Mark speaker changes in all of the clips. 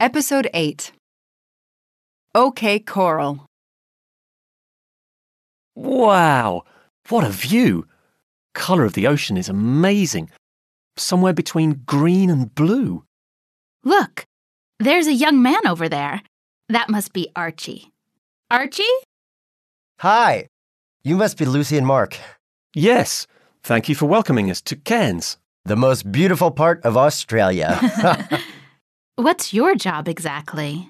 Speaker 1: Episode 8 OK Coral.
Speaker 2: Wow, what a view! Colour of the ocean is amazing. Somewhere between green and blue.
Speaker 3: Look, there's a young man over there. That must be Archie. Archie?
Speaker 4: Hi. You must be Lucy and Mark.
Speaker 2: Yes, thank you for welcoming us to Cairns.
Speaker 4: The most beautiful part of Australia.
Speaker 3: What's your job exactly?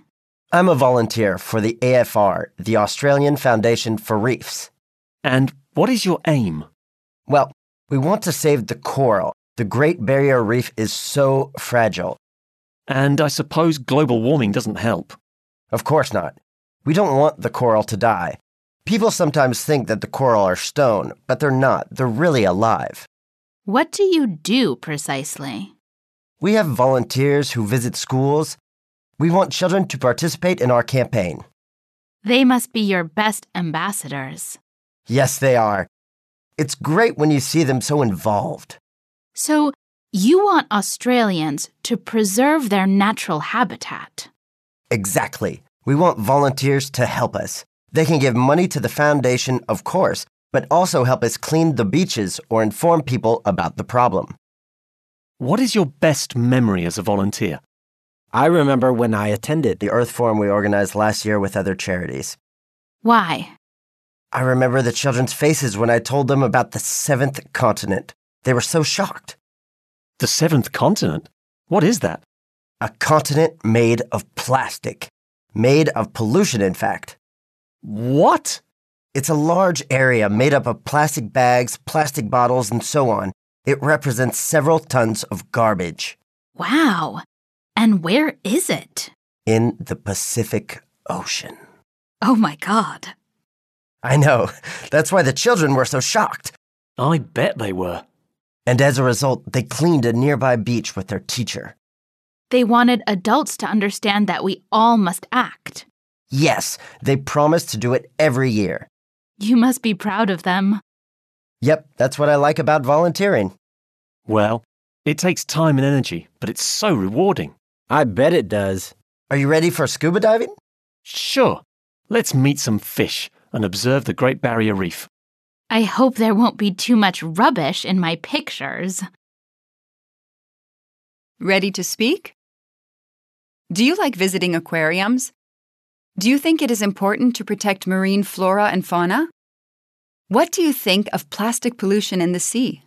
Speaker 4: I'm a volunteer for the AFR, the Australian Foundation for Reefs.
Speaker 2: And what is your aim?
Speaker 4: Well, we want to save the coral. The Great Barrier Reef is so fragile.
Speaker 2: And I suppose global warming doesn't help.
Speaker 4: Of course not. We don't want the coral to die. People sometimes think that the coral are stone, but they're not. They're really alive.
Speaker 3: What do you do precisely?
Speaker 4: We have volunteers who visit schools. We want children to participate in our campaign.
Speaker 3: They must be your best ambassadors.
Speaker 4: Yes, they are. It's great when you see them so involved.
Speaker 3: So, you want Australians to preserve their natural habitat.
Speaker 4: Exactly. We want volunteers to help us. They can give money to the foundation, of course, but also help us clean the beaches or inform people about the problem.
Speaker 2: What is your best memory as a volunteer?
Speaker 5: I remember when I attended.
Speaker 4: The Earth Forum we organized last year with other charities.
Speaker 3: Why?
Speaker 4: I remember the children's faces when I told them about the seventh continent. They were so shocked.
Speaker 2: The seventh continent? What is that?
Speaker 4: A continent made of plastic, made of pollution, in fact.
Speaker 2: What?
Speaker 4: It's a large area made up of plastic bags, plastic bottles, and so on. It represents several tons of garbage
Speaker 3: Wow. And where is it?
Speaker 4: in the Pacific Ocean.
Speaker 3: Oh my god.
Speaker 4: I know. That's why the children were so shocked.
Speaker 2: I bet they were.
Speaker 4: And as a result, they cleaned a nearby beach with their teacher.
Speaker 3: They wanted adults to understand that we all must act.
Speaker 4: Yes, they promised to do it every year.
Speaker 3: You must be proud of them.
Speaker 4: Yep, that's what I like about volunteering.
Speaker 2: Well, it takes time and energy, but it's so rewarding.
Speaker 5: I bet it does.
Speaker 4: Are you ready for scuba diving?
Speaker 2: Sure, let's meet some fish and observe the Great Barrier Reef.
Speaker 3: I hope there won't be too much rubbish in my pictures.
Speaker 1: Ready to speak? Do you like visiting aquariums? Do you think it is important to protect marine flora and fauna? What do you think of plastic pollution in the sea?